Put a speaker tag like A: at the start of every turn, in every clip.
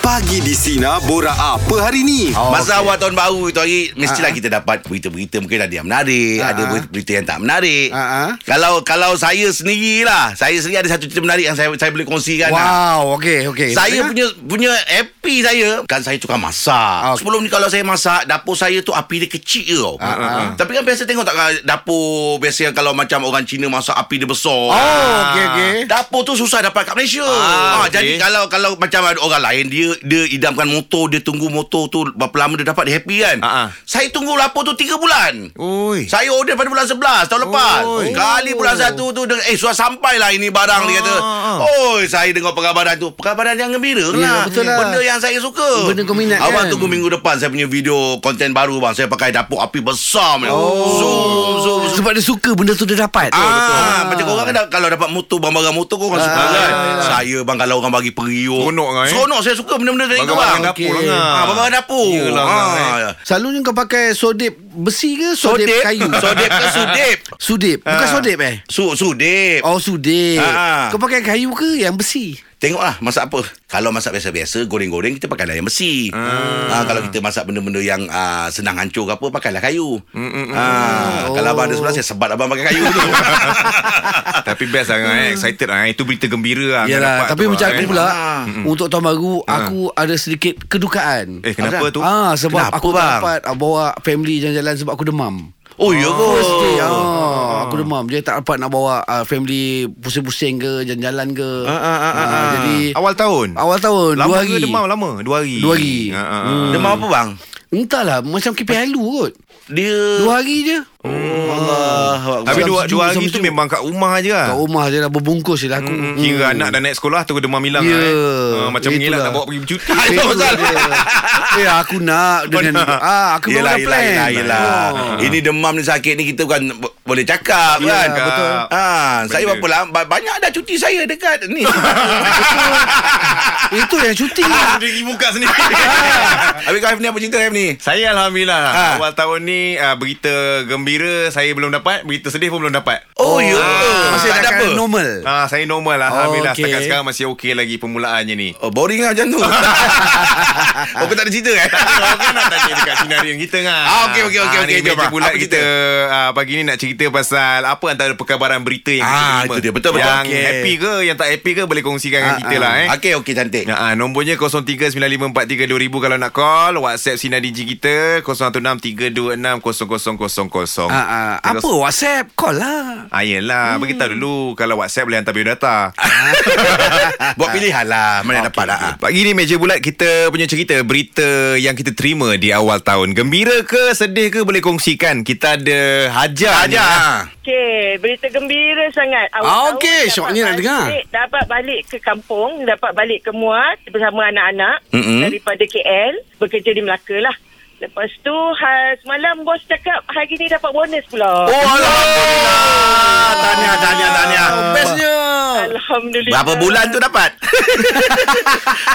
A: Pagi di Sina Bora apa hari ni?
B: Oh,
C: Masa
B: okey.
C: awal tahun baru itu hari Mestilah
B: Ah.
C: kita dapat berita-berita Mungkin ada yang menarik
B: Ah,
C: Ada
B: ah.
C: berita- berita yang tak menarik
B: Ah, ah.
C: Kalau kalau saya sendirilah Saya sendiri ada satu cerita menarik Yang saya saya boleh kongsikan lah.
B: Wow, okey okey.
C: Saya punya punya happy saya Kan saya tukang masak
B: Ah,
C: okay.
B: okey.
C: Sebelum ni kalau saya masak Dapur saya tu api dia kecil je tau
B: Ah, ah, ah.
C: Tapi kan biasa tengok tak kan, Dapur biasa yang kalau macam orang Cina masak Api dia besar
B: Oh, okey okey.
C: Dapur tu susah dapat kat Malaysia.
D: Ah,
C: Ah,
D: okey.
C: Jadi kalau kalau macam ada orang lain dia dia idamkan motor, dia tunggu motor tu berapa lama dia dapat dia happy kan.
D: Ah, ah.
C: Saya tunggu lapor tu 3 bulan.
B: Oi.
C: Saya order pada bulan 11 tahun lepas.
B: Oi.
C: Kali bulan 1 tu dia, eh sudah sampailah ini barang dia kata.
D: Ah.
C: Oi, saya dengar perkabaran tu. Perkabaran yang gembira lah.
B: betul lah.
C: Benda yang saya suka.
B: Benda kau minat,
C: Abang
B: kan?
C: tunggu minggu depan saya punya video konten baru bang. Saya pakai dapur api besar. Oh. Zoom, zoom, zoom.
D: Sebab dia suka benda tu dia dapat.
C: Ah, betul. Macam korang kan dah- kalau dapat motor barang-barang motor korang ah, suka kan. Saya bang kalau orang bagi periuk.
D: ya, Seronok kan, eh?
C: Seronok saya suka benda-benda dari tu
D: Barang-barang
C: bang.
D: dapur
B: Okey.
D: okay. lah.
C: Ah, barang-barang dapur.
D: Yelah, kan,
C: ah.
B: Selalunya kau pakai sodip besi ke sodip,
C: Sodip
B: kayu?
C: Sodip ke sudip?
B: Sudip.
D: Ha.
B: Bukan sodip eh?
C: Su sudip.
B: Oh sudip.
C: Ah.
B: Kau pakai kayu ke yang besi?
C: Tengoklah lah, masak apa. Kalau masak biasa-biasa, goreng-goreng kita pakai layar besi. Ah. kalau kita masak benda-benda yang ah, senang hancur ke apa, pakailah kayu.
D: Mm,
C: Ah,
B: Oh.
C: kalau abang ada sebelah saya sebat abang pakai kayu tu.
D: Tapi best lah kan. eh. Excited lah. eh. Itu berita gembira lah. kan dapat
B: Hmm. Yalah, tapi
D: tu, Ha.
B: macam
D: kan.
B: aku pula
C: Ah.
B: untuk tahun baru aku ada sedikit kedukaan.
D: Eh, kenapa
C: Azan?
D: tu?
B: Ah sebab
C: Kenapa,
B: aku tak
C: bang?
B: dapat ah, bawa family jalan-jalan sebab aku demam.
C: oh, ya ke?
B: First day
D: Ha.
B: ah, Aku demam Dia tak dapat nak bawa ah, Family pusing-pusing ke Jalan-jalan ke
D: Ah, ah, ah, ah,
B: Ah,
D: ah.
B: Jadi
D: Awal tahun?
B: Awal tahun
D: Lama
B: Dua
D: ke
B: hari
D: demam lama? Dua hari.
B: Dua hari. Hmm.
D: Ah, ah, ah.
C: Demam apa bang?
B: Entahlah Macam kipi halu kot
C: Dia
B: Dua hari je
C: Allah.
D: Tapi
B: Macam
D: dua,
B: sejuk,
D: dua
B: macam
D: hari tu
B: sejuk.
D: memang kat rumah je lah. Hmm.
B: Kat rumah je lah Berbungkus je lah aku
D: Kira anak dah naik sekolah Terus demam hilang
B: Ya.
D: lah, eh. Ah, Macam
B: Itulah.
D: mengelak nak bawa pergi bercuti
C: Ah, itu pasal.
B: Eh aku nak dengan
D: nak.
B: ah aku memang
C: yelah,
B: dah plan.
C: Yelah, yelah,
B: Oh.
C: Ini demam ni sakit ni kita bukan bo- boleh cakap
D: Yelah,
C: kan.
D: betul.
C: Ha, saya
D: Benda.
C: berapa lama ba- banyak dah cuti saya dekat ni. Ah.
B: Itu yang lah. cuti.
D: Diri buka sendiri
C: Habis kau Haif ni apa cerita Haif ni?
D: Saya Alhamdulillah
C: Ha.
D: Awal tahun ni ah, Berita gembira Saya belum dapat Berita sedih pun belum dapat
C: Oh, ya.
B: Masih
C: Tak ada
B: dah
C: apa.
B: Eh, normal.
D: Ah, saya normal lah Alhamdulillah
B: Oh, Okey.
D: okay. Setakat sekarang masih okey lagi Permulaannya ni
C: Oh, boring lah macam tu. oh, kau tak ada cerita eh?
D: Kau kan nak tanya dekat sinarian kita kan
C: Ah, okey, okey, okey,
D: Ah,
C: okey,
D: ni
C: jom,
D: meja
C: ah.
D: bulat
C: Apa
D: kita ah, Pagi ni nak cerita pasal Apa antara perkabaran berita yang kita
C: Ah,
D: terima.
C: itu dia. Betul, betul.
D: Yang
C: Okey.
D: happy ke Yang tak happy ke Boleh kongsikan dengan kita lah eh
C: Ah. Okey, okey cantik.
D: Ya, ah, nombornya 0395432000 kalau nak call, WhatsApp Sinar Digi kita 0163260000.
B: Ah, ah, apa WhatsApp call lah.
D: Ah, yelah, hmm. beritahu dulu kalau WhatsApp boleh hantar biodata.
C: Buat pilihan lah mana dapat lah. ah.
D: Pagi ni meja bulat kita punya cerita berita yang kita terima di awal tahun. Gembira ke sedih ke boleh kongsikan. Kita ada Hajar.
C: Aja.
D: ni, ah.
E: Okey, berita gembira sangat. Awal
B: Ah,
E: tahun
B: okey.
E: dapat
B: Syoknya nak
E: balik-
B: dengar.
E: Dapat balik ke kampung, dapat balik ke Muar bersama anak-anak
C: Mm-mm.
E: daripada KL, bekerja di Melaka lah. Lepas tu, ha, semalam bos cakap hari ni dapat bonus pula.
C: Oh, alhamdulillah. Tahniah, tahniah, tahniah.
B: Bestnya.
E: Alhamdulillah.
C: Berapa bulan tu dapat?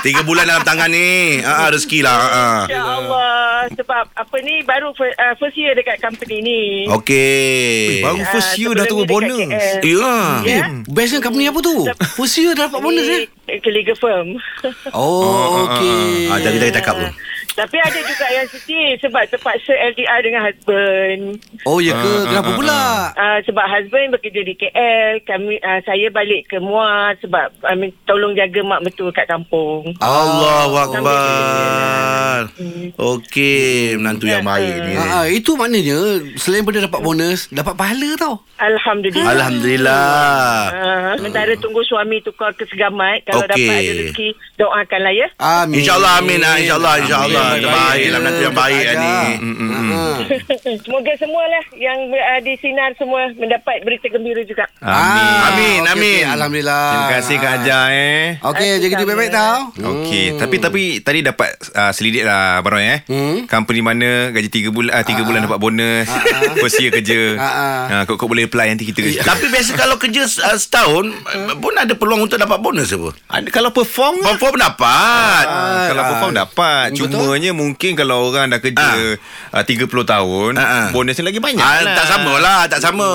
C: Tiga bulan dalam tangan ni. Ah, ah, rezeki lah. ah,
E: Ya Allah, sebab apa ni baru fir- ah, first year dekat company ni.
C: Ah. Okey.
D: Eh, baru
E: Ah,
D: first year dah
E: sebelum
D: tu
E: ni dekat
D: bonus.
E: KL.
C: Ya.
B: Eh,
E: Ya.
B: bestnya company apa tu? First year dah dapat bonus eh.
E: Ni, eh, Legal firm.
B: Oh, okey.
C: Ah, jangan jangan cakap tu.
E: Ya. Tapi ada juga yang sedih sebab terpaksa LDR dengan husband.
B: Oh, ya ke? Kenapa pula?
E: Uh, sebab husband bekerja di KL, kami uh, saya balik ke Muar sebab I mean, tolong jaga mak mertua kat kampung. sampai
C: Allahu akbar. Okey, menantu yang baik ni.
B: Ah, ah, itu maknanya selain benda dapat bonus, dapat pahala tau.
E: Alhamdulillah.
C: Alhamdulillah.
E: Uh, sementara tunggu suami tukar ke Segamat kalau
C: Okey.
E: dapat ada rezeki doakanlah ya.
B: Amin.
C: InsyaAllah amin ah. InsyaAllah InsyaAllah
B: Amin.
C: Yang baik lah Menantu yang baik lah ni
B: Hajar. Ah.
E: Semoga semualah yang uh, di sinar semua mendapat berita gembira juga.
D: Amin.
B: Ah,
C: Amin,
B: okey,
C: amin.
B: okey, Alhamdulillah.
D: Terima kasih Kak Hajar eh.
E: Terima
B: Okey, jaga diri
E: kasih,
B: baik-baik
E: Kak.
B: tau.
D: Okey, hmm. tapi tapi tadi dapat uh, selidik lah Abang Roy eh.
B: Hmm.
D: Hmm. Company mana gaji 3 bulan uh, 3 uh bulan dapat bonus. Uh-huh. First year kerja.
B: Ah, ah.
D: Uh-huh. kok boleh apply nanti kita.
C: Eh, Tapi biasa kalau kerja uh, setahun uh, Pun ada peluang untuk dapat bonus apa
D: Ada kalau perform ke?
C: Perform dapat
D: Ah, kalau perform dapat
B: Betul.
D: Cumanya mungkin Kalau orang dah kerja ah. 30 tahun
C: Ah, ah.
D: Bonusnya lagi banyak
C: ah, Tak sama lah Tak sama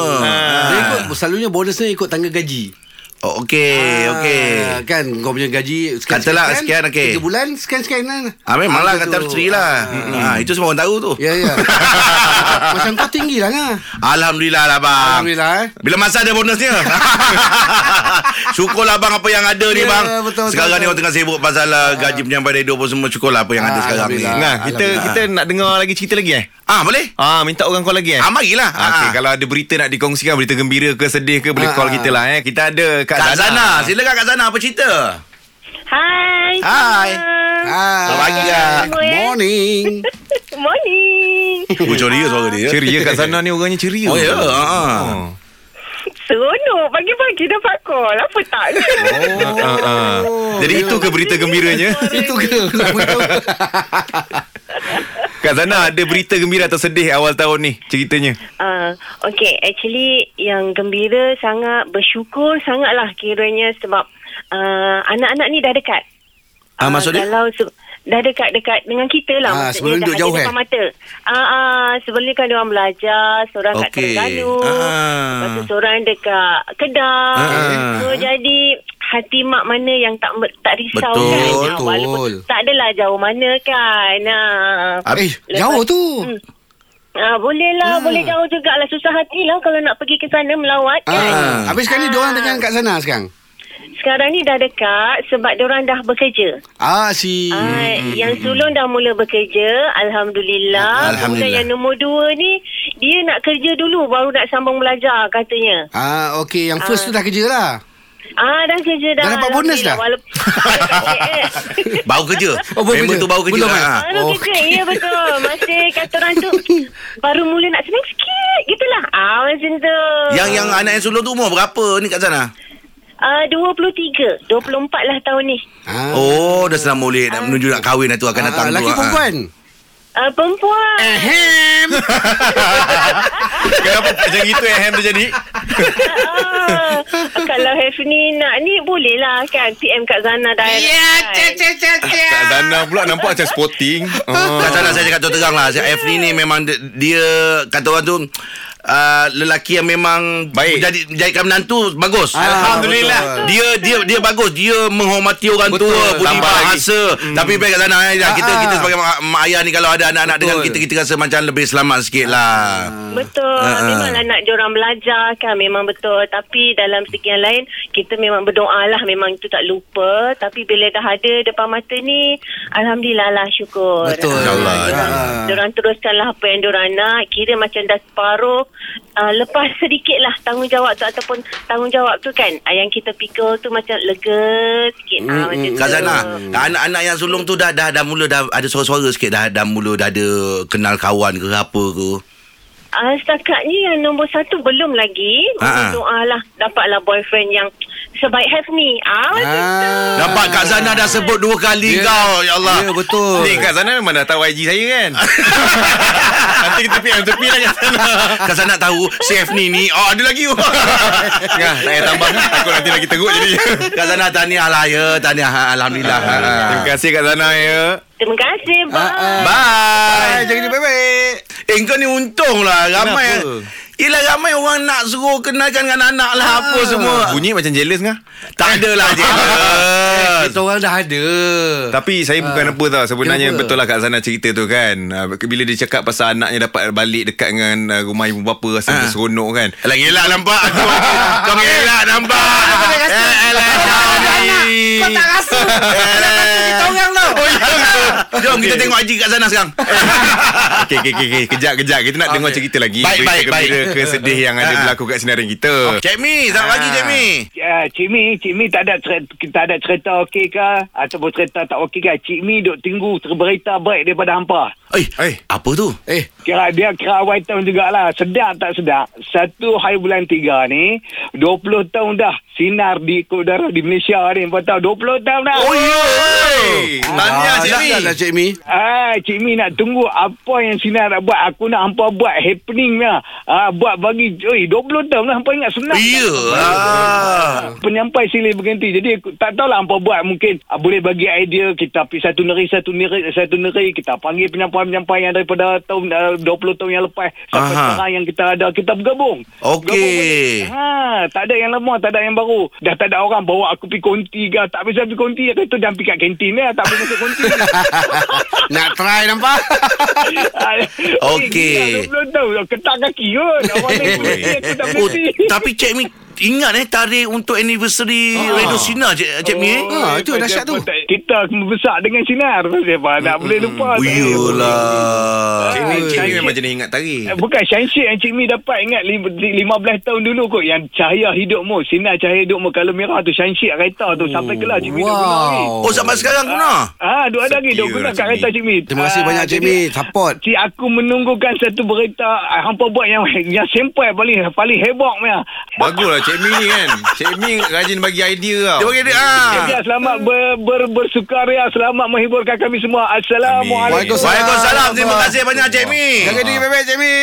B: Dia ikut, selalunya bonus ni ikut tangga gaji.
C: Oh, okey,
B: Ah,
C: okey.
B: Kan kau punya gaji
C: Katalah sekian, okey.
B: Tiga bulan sekian-sekian kan
C: Ah, memang lah kata
B: gitu.
C: isteri lah. Ah, itu semua orang tahu tu.
B: Ya ya Macam kau tinggi
C: Ah.
B: lah kan
C: Alhamdulillah lah bang.
B: Alhamdulillah eh
C: Bila masa ada bonusnya Syukurlah bang Apa yang ada ni
B: Ya,
C: bang
B: betul, betul,
C: Sekarang ni
B: betul.
C: orang tengah sibuk Pasal ah. gaji penyampai radio pun semua Syukurlah apa yang ada
B: Ah,
C: sekarang ni
B: Alhamdulillah.
D: Nah, kita kita nak dengar lagi cerita lagi eh?
C: Ah boleh?
D: Ah, minta orang call lagi eh?
C: Ah marilah
D: Ah, Okey, kalau ada berita nak dikongsikan Berita gembira ke sedih ke Boleh
B: Ah,
D: call
B: ah.
D: kita lah eh Kita ada Kak,
C: Kak Zana
D: Zana
C: Silakan Kak Zana Apa cerita?
E: Hai. ya.
C: Hai.
B: Hai.
C: Selamat pagi, Kak.
B: eh. Morning
E: Morning.
C: Oh ceria suara dia
D: Ceria Kak Zana ni orangnya ceria
C: Oh ya ah, ah.
D: Oh.
E: Seronok pagi-pagi dapat call. Apa tak?
D: Ah, ah, ah. Jadi itu ke berita gembiranya
B: Itu ke Nak beritahu
D: Kak Zana ada berita gembira atau sedih Awal tahun ni ceritanya
F: Uh, okay, actually yang gembira sangat, bersyukur sangatlah kiranya sebab uh, anak-anak ni dah dekat.
C: Ah, maksudnya?
F: Kalau se- dah dekat-dekat dengan kita lah.
B: Ah,
F: maksudnya
B: sebelum
F: dah
B: duduk
F: ada
B: jauh,
F: depan
B: eh?
F: mata. Ah, ah, sebelum ni kan diorang belajar, seorang kat
C: Okey.
F: Terengganu.
C: Ah.
F: Lepas tu seorang dekat Kedah.
C: Ah.
F: So, jadi hati mak mana yang tak mer- tak risau
C: Betul,
F: kan. Ah,
B: betul.
F: Walaupun tak adalah jauh mana kan. Ah.
B: Eh jauh tu
F: Ah, boleh
B: Ah.
F: lah, boleh jauh jugalah. Susah hati lah kalau nak pergi ke sana melawat kan.
B: Ah, Habis sekarang ni diorang dengan kat sana sekarang
F: Sekarang ni dah dekat sebab diorang dah bekerja.
B: Ah si
F: Ah, yang sulung dah mula bekerja,
B: Ah,
C: Alhamdulillah.
F: Alhamdulillah. Kemudian yang nombor dua ni, dia nak kerja dulu baru nak sambung belajar katanya.
B: Ah okey yang first tu dah kerja lah
F: Ah, dah kerja dah.
B: Dah dapat bonus dah?
F: Walaupun...
C: Bau kerja
B: Oh, baru
C: Member
B: kerja.
C: tu bau kerja
B: Belum, eh?
C: ah.
F: Baru
B: Oh.
F: oh. kerja, ya betul. Masih kata orang tu, baru mula nak senang sikit. Gitulah. Ah, macam tu.
C: Yang yang anak yang sulung tu umur berapa ni Kak Zana?
F: Uh, 23 24 lah tahun ni
B: ah.
C: Oh dah senang mulik Nak menuju nak kahwin dah tu Akan datang tu
B: Laki
C: ah.
B: perempuan
F: uh, Perempuan
B: Ahem
D: Kenapa macam itu Ehem tu jadi
F: Ah, Kalau Hefni nak ni Boleh lah kan PM kat Zana dah kan?
D: Kak Zana pula nampak macam sporting Ah.
C: Kat sana saya cakap tu terang lah Si Afni ni memang dia, dia Kata orang tu Uh, lelaki yang memang
D: Baik.
C: jadi jadikan menantu bagus.
B: Ah,
C: Alhamdulillah.
B: betul.
C: Dia dia dia bagus. Dia menghormati orang
D: Betul.
C: tua, budi
D: Tambah lagi.
C: bahasa. Tapi baik kat sana eh.
B: Hmm. Ah,
C: kita
B: ah.
C: kita sebagai mak, mak ayah ni kalau ada anak-anak dengan
B: Betul.
C: kita kita rasa macam lebih selamat sikit lah.
F: Betul
C: Ah, ah.
F: Memanglah nak diorang belajar kan Memang betul Tapi dalam segi yang lain Kita memang berdoa lah Memang itu tak lupa Tapi bila dah ada depan mata ni Alhamdulillah lah syukur
B: Betul.
C: InsyaAllah.
F: Diorang,
B: Ah.
F: diorang teruskanlah apa yang diorang nak Kira macam dah separuh uh, Lepas sedikit lah tanggungjawab tu Ataupun tanggungjawab tu kan ah, Yang kita pikul tu macam lega sikit ah, macam tu.
C: Kak Zana, anak-anak yang sulung tu dah dah dah mula dah ada suara-suara sikit dah dah mula dah ada kenal kawan ke apa ke.
F: Uh, setakat ni yang nombor satu belum lagi.
C: Ha-ha.
F: Uh-huh. Doa lah dapatlah boyfriend yang sebaik Hafni. Ah, macam tu.
B: Ah.
C: Dapat Kak Zana dah sebut dua kali
B: Ya.
C: kau, ya Allah.
B: Ya betul
D: Ni Kak Zana memang dah tahu IG saya kan Nanti kita PM tepi lah Kak Zana
C: Kak Zana tahu si Afni ni Oh ada lagi
D: Nah, Ya, tak payah tambah Takut nanti lagi teruk jadi
C: Kak Zana tahniah lah ya Tahniah Ha, Alhamdulillah Ha, ha.
D: Terima kasih Kak Zana ya
F: Terima kasih, bang.
B: Ah, ah.
C: Bye
B: Bye, jaga diri baik-baik
C: Eh kau ni untung lah Ramai
D: Kenapa?
C: Yelah ramai orang nak suruh kenalkan dengan anak lah Apa semua
D: Ah. Bunyi macam jealous ngah
C: Tak ada lah Eh, je
B: Kita orang dah ada
D: Tapi saya bukan apa tau
B: Ah.
D: Sebenarnya
B: Kenapa?
D: betul lah Kak Zana cerita tu kan Ah, Bila dia cakap pasal anaknya dapat balik dekat dengan ah, rumah ibu bapa Rasa dia seronok kan
C: Alah gelak nampak Kau gelak nampak Eh, alah, Kau tak rasa
B: Kita orang tau ya.
C: Jom kita tengok Haji kat sana sekarang
D: Okey, okey, okey. okey. Kejap, kejap. Kita nak okay. dengar cerita lagi.
C: Baik,
D: Berita
C: baik,
D: gembira
C: baik.
D: ke sedih yang ada
C: Ah.
D: berlaku kat sinaran kita.
C: Cik Mi Selamat pagi Cik Mi
G: Ah, Cik Mi, Cik Mi tak ada cerita, tak ada cerita okey ke ataupun cerita tak okey ke? Cik Mi duk tunggu berita baik daripada hampa.
C: Eh,
D: Eh.
C: apa tu?
B: Eh
G: Kira dia kira awal tahun jugalah. Sedap tak sedap? Satu hari bulan tiga ni, 20 tahun dah sinar di ke udara di Malaysia ni. Kau tahu, 20 tahun dah.
D: Oh, ya. Tahniah Cik Mi.
B: Sihat lah Cik Mi.
G: Ah, Cik Mi nak tunggu apa yang Sina nak buat. Aku nak hampa buat happening lah. Ah, buat bagi, oi, 20 tahun lah hampa ingat senang.
C: Ya. Ah.
G: Penyampai silih berganti. Jadi aku tak tahulah hampa buat mungkin ah, boleh bagi idea kita pergi satu negeri, satu negeri, satu negeri. Kita panggil penyampai-penyampai yang daripada tahun ah, 20 tahun yang lepas. Sampai
C: Aha.
G: sekarang yang kita ada, kita bergabung.
C: Okey.
G: Ha, tak ada yang lama, tak ada yang baru. Dah tak ada orang bawa aku pergi konti ke. Tak bisa pergi konti. Aku tu dah pergi kat kantin lah. Tak boleh masuk konti.
B: Nak try nampak?
C: Okey.
G: Eh, Ah, gila, 20 tahun. Ketak kaki kot. Orang lain boleh pergi, aku tak
C: Oh,
G: boleh pergi.
C: tapi Cik Mi ingat eh tarikh untuk anniversary ah. Radio Sina Cik, Cik Mi eh?
B: Ah, itu
G: pasal
B: dahsyat tu. Hmm.
G: apa tak- Kita membesar dengan sinar. Pasal apa? Nak boleh lupa. tak
C: Oh,
B: ya.
G: boleh.
C: Iyalah.
D: Cik Mi, Cik
G: Ah,
D: Mi
G: cantik.
D: memang jenis ingat tarik.
G: Eh, Bukan Syansyik yang Cik Mi dapat ingat lim- 15 tahun dulu kot yang cahaya hidupmu sinar cahaya hidupmu kalau merah tu Syansyik kereta tu sampai kelar Cik Mi duk guna lagi
B: Wow.
C: Oh, sampai sekarang guna.
G: Ah, duk ada lagi
D: Setia
G: duk guna
D: Cik
G: kat kereta
D: Mi.
G: Cik Mi
B: Terima kasih
G: Ah,
B: banyak Cik
G: jadi-
B: Mi. Support.
G: Cik aku menunggukan satu berita ah, hampa buat yang yang sempoi paling paling heboh punya.
D: Baguslah Cik Mi ni kan. Cik Mi rajin bagi idea tau.
C: Dia bagi dia.
G: Ah.
C: Ah.
G: selamat ber, ber, bersukaria, selamat menghiburkan kami semua. Assalamualaikum.
D: Amin.
C: Waalaikumsalam. Terima kasih banyak Cik Mi.
B: Jaga diri baik-baik Cik Mi.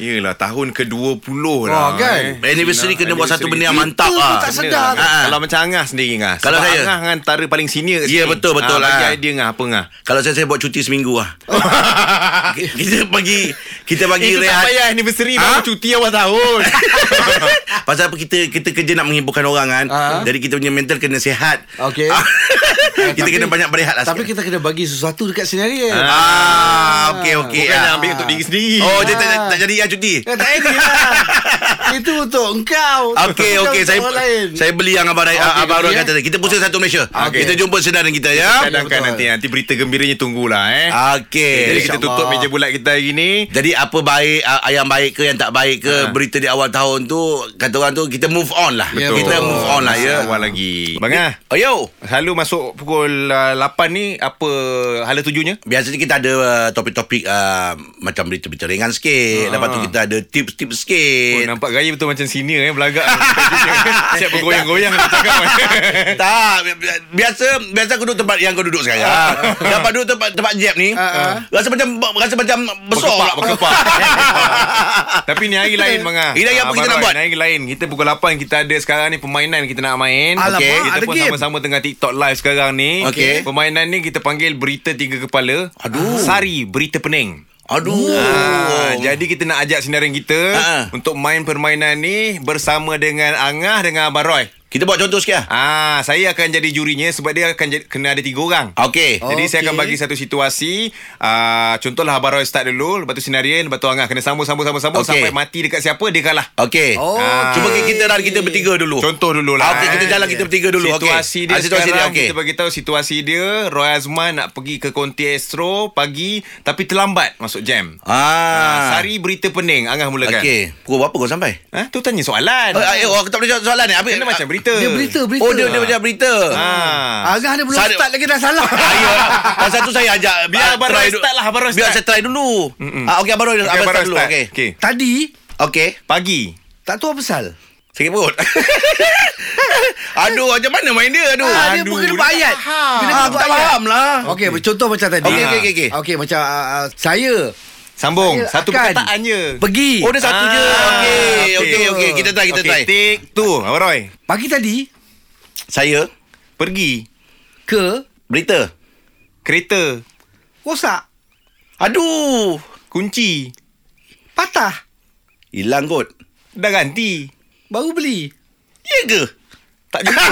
D: Yelah, tahun ke-20
B: Oh,
D: lah.
B: kan?
D: Eh.
C: Anniversary kena buat satu benda yang mantap
D: Anniversary.
B: Itu
C: ah.
B: pun tak sedar.
C: Ah, ah.
D: Kalau macam Angah sendiri Angah
C: Kalau
D: Sebab
C: saya?
D: Angah dengan antara paling senior kat
C: Ya,
D: sini.
C: betul, betul,
D: Ah, Bagi
C: ah.
D: idea Angah Apa Angah
C: Kalau saya saya buat cuti seminggu ah. kita bagi kita bagi
D: Itu tak
C: rehat.
D: payah anniversary
C: Ah?
D: Baru cuti awal tahun
C: Pasal apa kita kita kerja nak menghiburkan orang kan.
B: Ah.
C: Jadi kita punya mental kena sihat.
B: Okey.
C: Ah.
B: Eh,
C: kita
B: tapi-
C: kena banyak berehat lah.
B: Tapi
C: sikit.
B: kita kena bagi sesuatu dekat sinari.
C: Ah, okey okey.
D: Bukan nak
C: Ah.
D: ambil untuk diri sendiri
C: Oh, dia tak,
B: Ah.
C: tak jadi yang cuti.
B: Eh, tak ini lah. Itu untuk engkau.
C: Okey
B: Bukan
C: okey
B: untuk
C: saya
B: orang lain.
C: saya beli yang abang Rai
B: Okey,
C: okay, abang
B: okey,
C: Rai
B: eh. Ah,
C: kata tadi. Kita pusing satu Malaysia.
B: Okey.
C: Kita jumpa senaran kita ya.
D: Kadangkan
B: betul. Ah,
D: nanti Nanti berita gembiranya tunggulah eh
C: Okey.
D: Jadi kita tutup
B: InsyaAllah.
D: meja bulat kita hari ni
C: Jadi apa baik ah, ah, yang baik ke yang tak baik ke
B: Ah.
C: berita di awal tahun tu kata orang tu kita move on lah.
B: Ya,
C: kita
B: betul.
C: move on lah ya.
D: Awal lagi Bang Angah
C: Oh yo.
D: Selalu masuk pukul uh, 8 ni Apa hala tujuhnya?
C: Biasanya kita ada uh, topik-topik uh, macam berita-berita ringan sikit. Lepas tu kita ada tips-tips
B: Eh,
D: Ah. Oh,
C: sikit.
D: nampak gaya betul macam senior eh Belagak Siap bergoyang-goyang nak cakap
C: tak bi- bi- biasa biasa aku duduk tempat yang kau duduk sekarang.
D: Ah.
C: Dapat duduk tempat tempat jeb ni. Rasa macam rasa macam besar
D: Berkepak,
C: pula.
D: berkepak. Tapi ni hari lain Bang Angah.
C: Ini hari apa
D: Ah,
C: kita
D: Abang
C: nak
D: Roy,
C: buat?
D: ni Hari lain Kita pukul 8 Kita ada sekarang ni Permainan kita nak main
B: Alamak,
D: Okey, Kita
B: ada
D: pun
B: game.
D: sama-sama tengah TikTok live sekarang ni
C: Okey.
D: Permainan ni kita panggil Berita Tiga Kepala Ah,
C: Aduh.
D: Sari Berita Pening
C: Aduh.
D: Ah, jadi kita nak ajak sinaran kita
C: Ah.
D: untuk main permainan ni bersama dengan Angah dengan Abang Roy.
C: kita buat contoh sikit lah.
D: Ah, saya akan jadi jurinya sebab dia akan jadi, kena ada tiga orang.
C: Okey.
D: Jadi saya
B: Okey.
D: akan bagi satu situasi uh, Contohlah Abang Roy start dulu Lepas tu senario Lepas tu Angah Kena
C: Okey.
D: sambung-sambung-sambung Sampai mati dekat siapa Dia kalah
C: Okey.
B: Oh,
C: Ah. Cuba kita kita run kita bertiga dulu.
D: Contoh
C: Ah,
D: dulu lah
C: okey, kita jalan kita bertiga dulu, okey.
D: Situasi dia
C: Ah, situasi dia,
D: sekarang
C: okey.
D: Kita bagi tahu situasi dia Roy Azman nak pergi ke Konti Astro Pagi Tapi terlambat masuk jam
C: Ah.
D: Sari berita pening Angah mulakan
C: Okey. Pukul berapa kau sampai?
D: Ha? Tu tanya soalan
C: Oh, eh, oh, aku tak boleh jawab soalan ni. Apa?
D: Kena macam berita lah.
B: Dia berita, berita.
C: Oh, dia Ah, dia macam berita. Ah,
D: ha.
B: Agak dia belum
C: Sari-
B: start lagi dah salah.
C: Ayolah. Pasal tu saya ajak
D: Biar
C: ah,
D: Abang
C: try
D: Roy
C: du-
D: start lah, Abang Roy
C: Biar
D: start.
C: saya try dulu.
D: Mm-mm.
C: Ah okey Abang Roy
D: Okey,
C: Abang
D: Abang
C: start
D: Roy
C: dulu.
D: start.
C: Okey.
D: Okey.
B: Tadi
C: Okey.
D: Pagi
B: tak tahu apa pasal.
C: Sakit perut. Aduh, macam mana main dia? Aduh.
B: Ah, dia
D: aduh,
B: kena
D: dia
B: buat ayat. Bila
C: Ah,
B: kena
C: aku
B: buat
C: tak
B: ayat.
C: faham lah.
B: Ah. Okey, contoh macam tadi.
C: Okey, okey, okey, okey.
B: Okey, macam ah, ah, saya
D: Sambung
B: Saya
D: Satu
B: akan
D: perkataan je
B: pergi.
C: Oh, dia satu je.
D: Ah,
C: Okey,
D: okey.
C: okey, okey. Kita try, kita
D: Okey,
C: try.
D: Take two Abang Roy
B: Pagi tadi
C: Saya
D: Pergi
B: ke
C: berita.
D: Kereta
B: rosak,
C: Aduh.
D: Kunci
B: patah,
C: Hilang kot.
D: Dah ganti
B: baru beli.
C: Ya ke?
D: Tak jumpa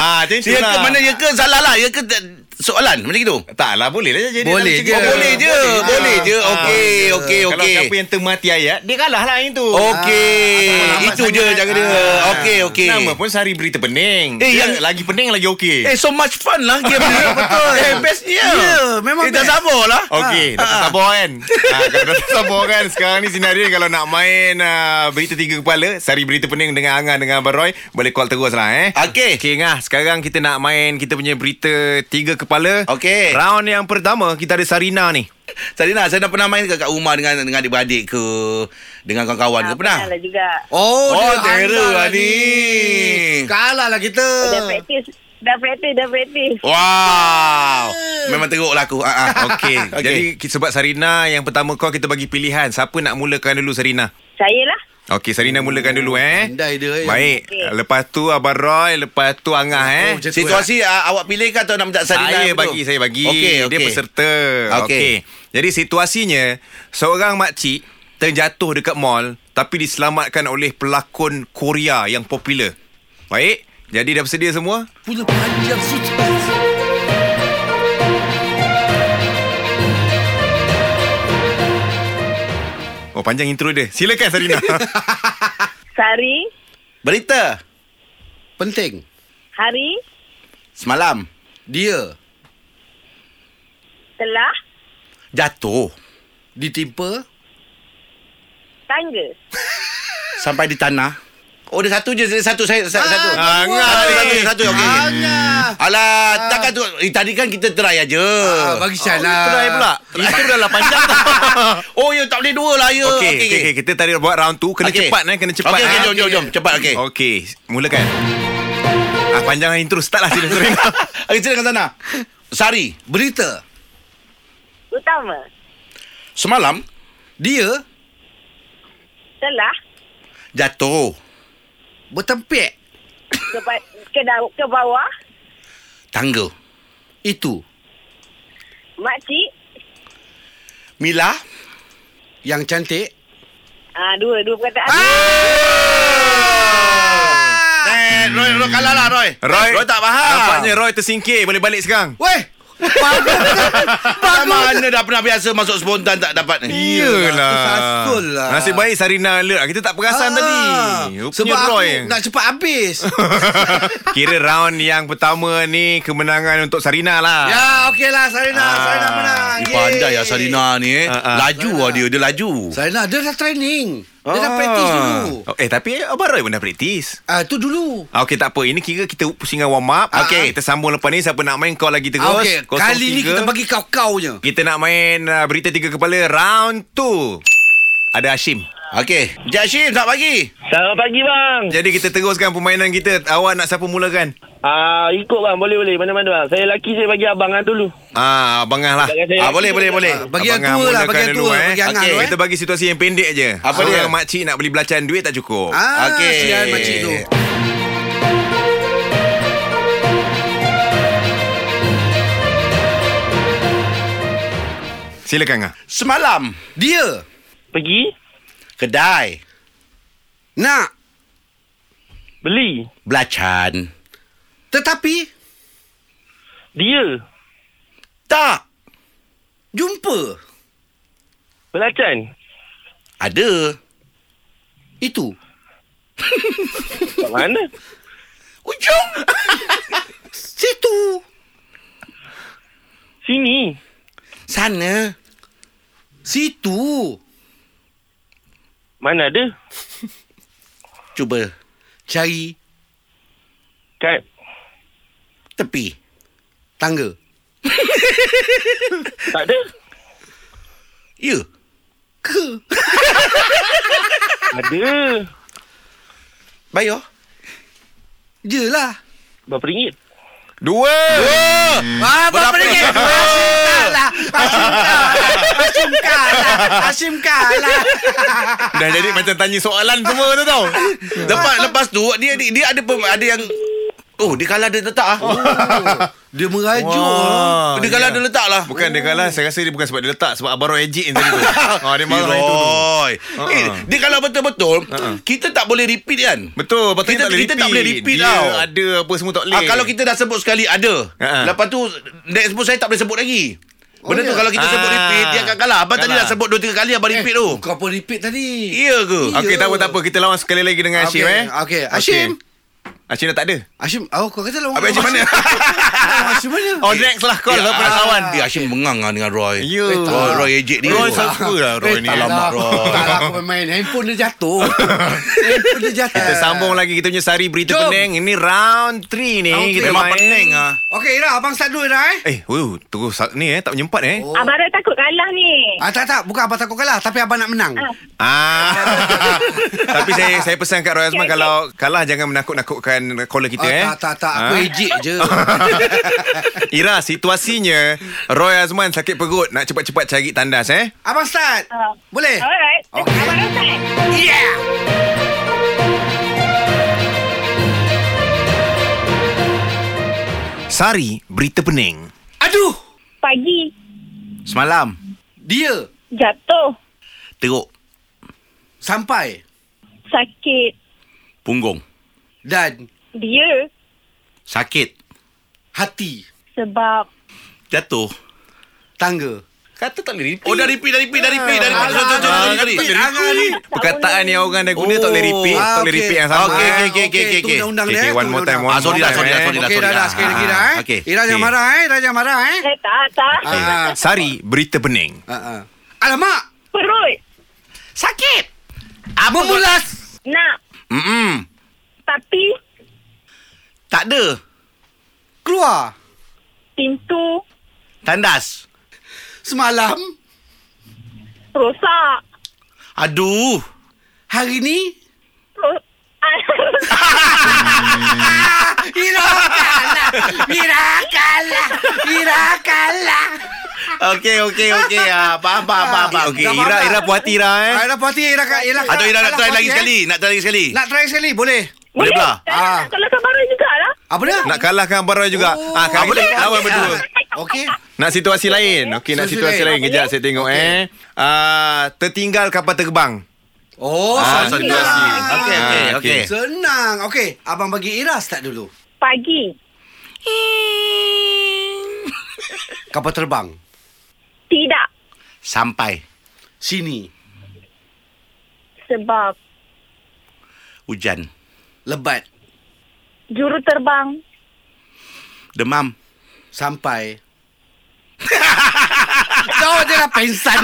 D: Ah, macam tu
C: Ya
D: lah
C: ke mana ya ke salah lah. Ya ke tak- soalan macam gitu.
D: Tak lah boleh lah jadi
B: Boleh je.
D: dalam cerita.
C: Oh, boleh je,
D: Boleh
C: boleh
D: Ah,
C: je.
D: ah,
C: Okey,
D: boleh je.
C: okey,
D: Kalau
C: okey.
D: siapa yang termati ayat, dia kalah lah yang tu.
C: Okey.
B: Ah,
C: Itu je jaga dia.
D: Ah.
C: Okey, okey.
D: Nama pun sehari berita
C: Eh,
D: pening. Eh,
C: yang-
D: yang lagi pening lagi okey.
C: Eh, so much fun lah game ni. Betul. Eh, bestnya.
B: Ya, memang
C: Kita
B: best.
C: sabar lah.
D: Okey, dah tak sabar kan? ha, kalau dah tak sabar kan, sekarang ni sinario kalau nak main uh, berita tiga kepala, sari berita pening dengan Angah dengan Abang Roy, boleh call terus lah eh.
C: Okey.
D: Okey Angah, sekarang kita nak main kita punya berita tiga kepala.
C: Okey.
D: Round yang pertama, kita ada Sarina ni.
C: Sarina, saya dah pernah main ke kat rumah dengan dengan adik-beradik ke dengan kawan-kawan ke pernah?
F: lah juga.
B: Oh,
C: Oh,
B: dia
C: terror
B: andal
C: lah
B: lagi.
C: ni.
B: Kalah lah kita.
C: Ah.
F: Dah praktis. Dah praktis, dah praktis.
C: Wow. Memang teruk lah aku. Ah, ah.
D: Okey.
C: Okey.
D: okay. Jadi ki- sebab Sarina yang pertama kau kita bagi pilihan. Siapa nak mulakan dulu Sarina?
F: Saya lah.
D: Okey, Sarina mulakan dulu eh.
B: Pandai dia, eh.
D: Baik.
F: Okey.
D: Lepas tu Abang Roy, lepas tu Angah eh.
B: Oh, macam tu, eh.
C: Situasi ah, awak pilih ke atau nak minta Sarina?
D: Saya
C: yang betul?
D: bagi, saya bagi.
C: Okey,
D: Dia
C: okey.
D: peserta.
C: Okey.
D: Okey. Okay. Jadi situasinya seorang makcik terjatuh dekat mall tapi diselamatkan oleh pelakon Korea yang popular. Baik. Jadi dah bersedia semua?
B: Pula panjang suci.
D: Oh panjang intro dia. Silakan Sarina.
F: Sari,
C: Berita
B: Penting.
F: hari,
C: semalam
B: Dia
F: telah,
C: jatuh
B: ditimpa
F: tangga.
C: sampai di tanah. Oh, dia satu je, dia satu saya sa- satu.
D: Ah,
C: Angah. Satu je, satu. je, Okey.
B: Angah.
C: Alah, takkan tu. Eh, tadi kan kita try aja.
B: Ah, bagi Syah lah.
D: Try pula. Itu dah lah panjang tak?
C: Oh, ya tak boleh dua lah ya.
D: Okey, okay, okay. kita tarik buat round tu. Kena
C: Okey.
D: okay. cepat eh, kena cepat.
C: Okey,
D: eh.
C: okey, jom, jom, jom. Cepat, okey.
D: Okey, mulakan. Ah, panjang intro start lah sila Sarina.
C: Okey, silakan sana. Sari,
B: Berita.
F: Utama,
C: semalam
B: Dia
F: telah,
C: jatuh
B: bertempek.
F: ke, ba- ke, da- ke bawah,
C: tangga.
B: Itu
F: makcik,
C: Mila
B: yang cantik.
F: ah, dua, dua perkataan.
D: Ah.
C: Eh, Roy, Roy kalah lah Roy.
D: Roy,
C: Roy tak faham.
D: Nampaknya Roy tersingkir. Boleh balik sekarang.
B: Weh.
C: Macam mana dah pernah biasa masuk spontan tak dapat ni?
D: Iyalah.
B: tersasul lah.
D: Nasib baik Sarina alert. lah. Kita tak perasan tadi. Rupanya
B: Ah, Sebab
D: Roy.
B: aku nak cepat habis.
D: Kira round yang pertama ni kemenangan untuk Sarina lah.
B: ya, okeylah Sarina.
D: Ah,
B: Sarina menang.
C: Dia
B: Yeay.
C: pandai ya Sarina ni eh.
D: Ah, ah.
C: Laju lah dia, dia laju.
B: Sarina, dia dah training. Dia
C: Ah.
B: dah practice dulu.
D: Oh, eh tapi Abang Roy pun dah praktis.
B: Ah, tu dulu.
D: Ah, Okey tak apa Ini kira kita pusingan warm up
B: Ah,
D: Okey Kita sambung lepas ni Siapa nak main call lagi terus
B: Ah, Okey,
D: 03.
B: kali ni kita bagi kau-kaunya.
D: Kita nak main uh, Berita Tiga Kepala Round 2 Ada Hashim
C: Okey, Jashim selamat pagi.
G: Selamat pagi bang.
D: Jadi kita teruskan permainan kita Awak nak siapa mulakan?
G: Ah ikut bang boleh boleh mana-mana bang. Saya lelaki saya bagi abang kan dulu.
D: Ah, Abang Ngah lah
G: Takkan saya
C: Ah
G: lelaki,
C: boleh
G: saya
C: boleh
G: abang.
C: boleh.
B: Bagi yang
D: Abang
B: tua
D: Ngah
B: lah,
D: mulakan
B: bagi yang
D: dulu,
B: tua, bagi
D: eh.
B: yang
C: Okey,
B: Angah tu, eh.
D: Kita bagi situasi yang pendek je
C: Apa
D: Seorang
C: dia?
D: makcik nak beli belacan Duit tak cukup
B: Ah,
C: Okey.
B: sial makcik tu.
D: Silakan Ngah
C: Semalam
B: Dia
G: Pergi
C: kedai
B: nak
G: beli
C: belacan.
B: tetapi
G: dia
C: Tak
B: jumpa
G: belacan.
C: ada.
B: itu.
G: Kat mana?
C: Ujung.
B: Situ.
G: Sini.
C: Sana.
B: Situ.
G: Mana ada?
C: Cuba
B: Cari
G: Kat
C: tepi.
B: tangga.
G: tak ada.
C: Ya.
B: Ke?
G: Ada.
C: Bayar.
B: Je lah.
G: Berapa ringgit?
D: Dua
B: Ah, berapa
C: Berapa?
B: ringgit? Hashim kalah. Hashim kalah. Hashim kalah. Hashim kalah.
D: Dah jadi macam tanya soalan semua tu tau Ah.
C: Lepas lepas tu dia dia, dia ada pem, ada yang Oh, dia kalah dia letak ah.
D: Oh.
B: Dia merajuk.
D: Wah,
C: dia kalah dia letak lah.
D: Bukan dia kalah Saya rasa dia bukan sebab dia letak Sebab Abang Roy ejek yang tadi tu ah, Dia marah itu tu
C: Roy. Eh,
D: Ha-ha.
C: dia kalau betul-betul kita tak boleh repeat kan.
D: Betul Lepas tu
C: Kita-
D: tak boleh
C: kita tak boleh repeat
D: Dia
C: tau.
D: ada apa semua tak boleh
C: Ah, kalau kita dah sebut sekali ada.
D: Ha-ha.
C: Lepas tu next pun saya tak boleh sebut lagi. Benda tu kalau kita sebut
D: Ah.
C: repeat dia akan kalah. Abang tadi
D: Kalah.
C: dah sebut 2 3 kali abang Eh, repeat tu. Ya.
B: Kau pun repeat tadi.
C: Iya ke?
D: Okey tak apa tak apa Kita lawan sekali lagi dengan Hashim
B: Okey,
D: eh
B: okey. Hashim.
D: Okey. Hashim dah tak ada
B: Hashim, oh, kau kata lah.
C: Abang Hashim mana?
B: Hashim mana?
D: Oh next lah call lah Pernah lawan
C: Dia Hashim mengang lah dengan Roy.
D: Ya.
C: Roy, Roy ejek dia.
D: Roy siapa lah Roy
B: Eh,
D: ni
B: tak
C: Alamak,
B: lah.
C: Roy.
B: Tak lah, aku main handphone dia jatuh. handphone dia jatuh.
D: Kita
C: lah.
D: sambung lagi Kita punya sari berita
B: Eh. Jom.
D: pening Ini round 3 ni
B: Round
D: Kita
B: three.
C: Memang
D: main.
C: pening ah.
B: Okey, Ira, abang start dulu, Ira, eh.
D: Eh, wow, terus sa- ni eh tak menyempat eh.
C: Ah.
B: Oh.
F: Abang Roy takut kalah ni.
B: Ah, tak, tak. Bukan abang takut kalah. Tapi abang nak menang.
D: Ah. Tapi saya saya pesan kat Roy Azman
F: Okey,
D: kalau kalah jangan menakut-nakutkan bukan caller kita
B: Ah,
D: eh.
B: tak, tak, tak. Aku
D: Ah.
B: ejek je.
D: Ira, situasinya Roy Azman sakit perut nak cepat-cepat cari tandas eh.
B: Abang start.
F: Ah.
B: Boleh?
F: Alright.
B: Okay.
F: Abang Rasai.
D: Sari, berita pening.
B: Aduh.
F: Pagi.
C: Semalam
B: Dia
F: Jatuh.
C: teruk
B: sampai
F: Sakit.
C: punggung
B: dan
F: Dia
C: sakit
B: hati
F: sebab
C: jatuh.
B: tangga.
D: Kata tak boleh repeat.
C: Oh dah repeat dah repeat dah repeat dah repeat. Sorry, sorry, sorry, sorry.
B: Repeat, Angah ni.
D: Perkataan yang orang dah guna tak boleh repeat,
B: Ah,
D: tak boleh
B: okey.
D: repeat yang sama.
C: Okey, okey, okey, okey,
B: Itu
C: okey.
B: undang-undang
D: Okey,
B: dia.
D: okey, one
B: itu
D: more
B: undang-undang.
D: time, one Ah, sorry more lah, time, sorry lah, eh.
C: sorry lah,
B: Okey,
C: sorry
B: dah,
C: lah.
B: dah. Sekali lagi dah, eh.
C: Ah, okey.
B: Ira jangan
D: Okey.
B: marah, eh. Ira jangan marah, eh.
F: eh, tak, tak.
B: Ah.
D: Sari, berita pening.
B: Ah, ah. Alamak.
F: Perut.
C: Sakit.
B: Memulas.
F: Nak.
C: Mm-mm.
F: Tapi
C: Tak ada.
B: Keluar.
F: pintu
C: Tandas.
B: Semalam.
F: rosak.
C: Aduh.
B: Hari ni.
F: Ro- Ah.
B: Ira kalah. Ira kalah. Ira kalah.
C: Okey, okey, okey. Ah, faham, faham, faham. faham.
D: Okey,
B: Dah faham
D: Ira,
B: dah.
D: Ira puas hati Ira eh.
B: Ah, Ira puati, Ira kalah. Ira
C: Atau Ira nak
B: kalah
C: try lagi
B: puas hati, eh.
C: sekali? Nak try lagi sekali?
B: Nak try sekali, boleh?
C: Boleh belah?
B: Ah.
F: Ah. Kalau lah. kabaran jugalah.
B: Apa dia?
D: Nak kalahkan Abang Roy juga.
B: Oh.
D: Ah, kali
B: Ah. Boleh.
D: ni lawan
B: Okey,
D: berdua.
B: ah. Okey.
D: Nak situasi lain. Okey, nak
B: Situasi
D: situasi
B: lain.
D: lain. Kejap saya tengok eh. Ah, tertinggal kapal terbang.
B: Oh,
C: Ah,
B: senang.
C: situasi. Okey, okey,
D: Ah,
C: okey.
D: okey.
B: Senang. Okey, abang bagi Ira start dulu.
F: Pagi.
B: Kapal terbang.
F: Tidak.
C: Sampai
B: Sini.
F: Sebab
C: hujan,
B: Lebat.
F: juruterbang
C: demam,
B: Sampai. Kau je lah pensan.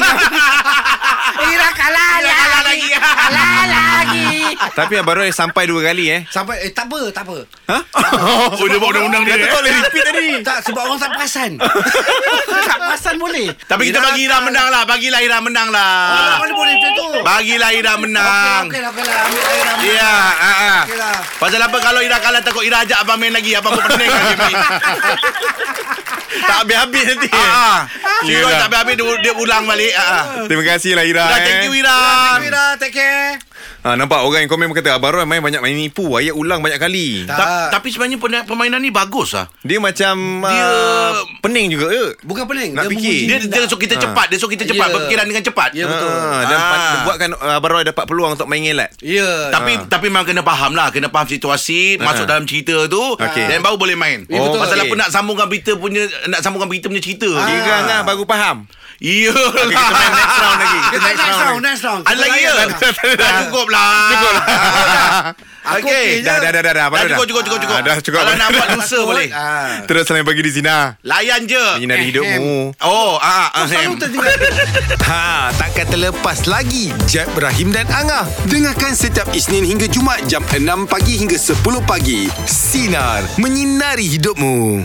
B: Ira kalah
C: Ira kalah lagi. ya.
B: Kalah lagi.
D: Tapi Abang Roy sampai dua kali eh.
B: Sampai, eh tak apa, tak apa.
D: Ha?
C: Oh, dia buat undang-undang dia,
D: Kata
C: eh.
D: tak boleh repeat tadi.
B: Tak, sebab orang tak perasan. tak perasan boleh.
C: Tapi kita bagi Ira menang lah. Bagilah Ira menang lah.
B: Ah, Mana boleh macam tu?
C: Bagilah Ira menang.
B: Okey, okey lah, okey lah. Ambil Ira. menang.
C: Ya, ah, ah.
B: Okey lah.
C: Pasal apa kalau Ira kalah takut Ira ajak abang main lagi. Abang pun pening lagi main.
D: Tak habis-habis nanti.
C: Ah, ah.
D: Yelah.
C: Ira tak habis-habis dia, dia ulang balik. Ah, ah.
D: Terima kasih lah Ira
C: Dah
D: eh.
C: thank you Ira.
B: Ira, take care.
D: Ha, nampak orang yang komen berkata Abang Roy main banyak main nipu Ayat ulang banyak kali
B: Tak.
C: Ta- tapi sebenarnya pena- permainan ni bagus lah.
D: Dia macam
C: Dia-
D: ah, Pening juga ke
B: Bukan pening. dia
D: Nak fikir.
B: menguji
C: Dia, dia
B: minda.
C: suruh kita cepat. Dia suruh kita cepat.
B: Ya.
C: Berfikiran dengan cepat.
B: Ya, betul.
D: Ah, dan
C: Ah.
D: pat- buatkan ah, Abang Roy dapat peluang untuk main ngelat
B: Ya.
C: Tapi tapi memang kena faham lah Kena faham situasi Masuk dalam cerita tu
D: Okey.
C: Dan baru boleh main
B: Ya, betul.
C: Pasal
D: Okey.
C: apa nak sambungkan berita punya Nak sambungkan berita punya cerita
D: ah.
C: tu
D: Ingat lah baru faham
C: Iyalah
D: Kita main next round lagi
B: Kita
D: Kita
B: next round, next round.
C: Ada lagi ya? Dah cukup lah Cukup lah
B: Aku okey je.
D: Dah dah dah dah Abang
C: ya. Dah
D: Roy
C: cukup cukup cukup cukup
D: Ah, Dah cukup
C: Kalau
D: Abang
C: nak
D: Roy.
C: buat lusa boleh Eh,
B: Ah.
D: Terus selain pagi di Zina
C: Layan je
D: Menyinari hidupmu
C: Oh ah, ah,
B: Selalu
C: ahem.
B: tertinggal.
H: Ha, takkan terlepas lagi Jeb, Ibrahim dan Angah.
A: Dengarkan setiap Isnin hingga Jumaat jam 6 pagi hingga 10 pagi.
H: Sinar, menyinari hidupmu.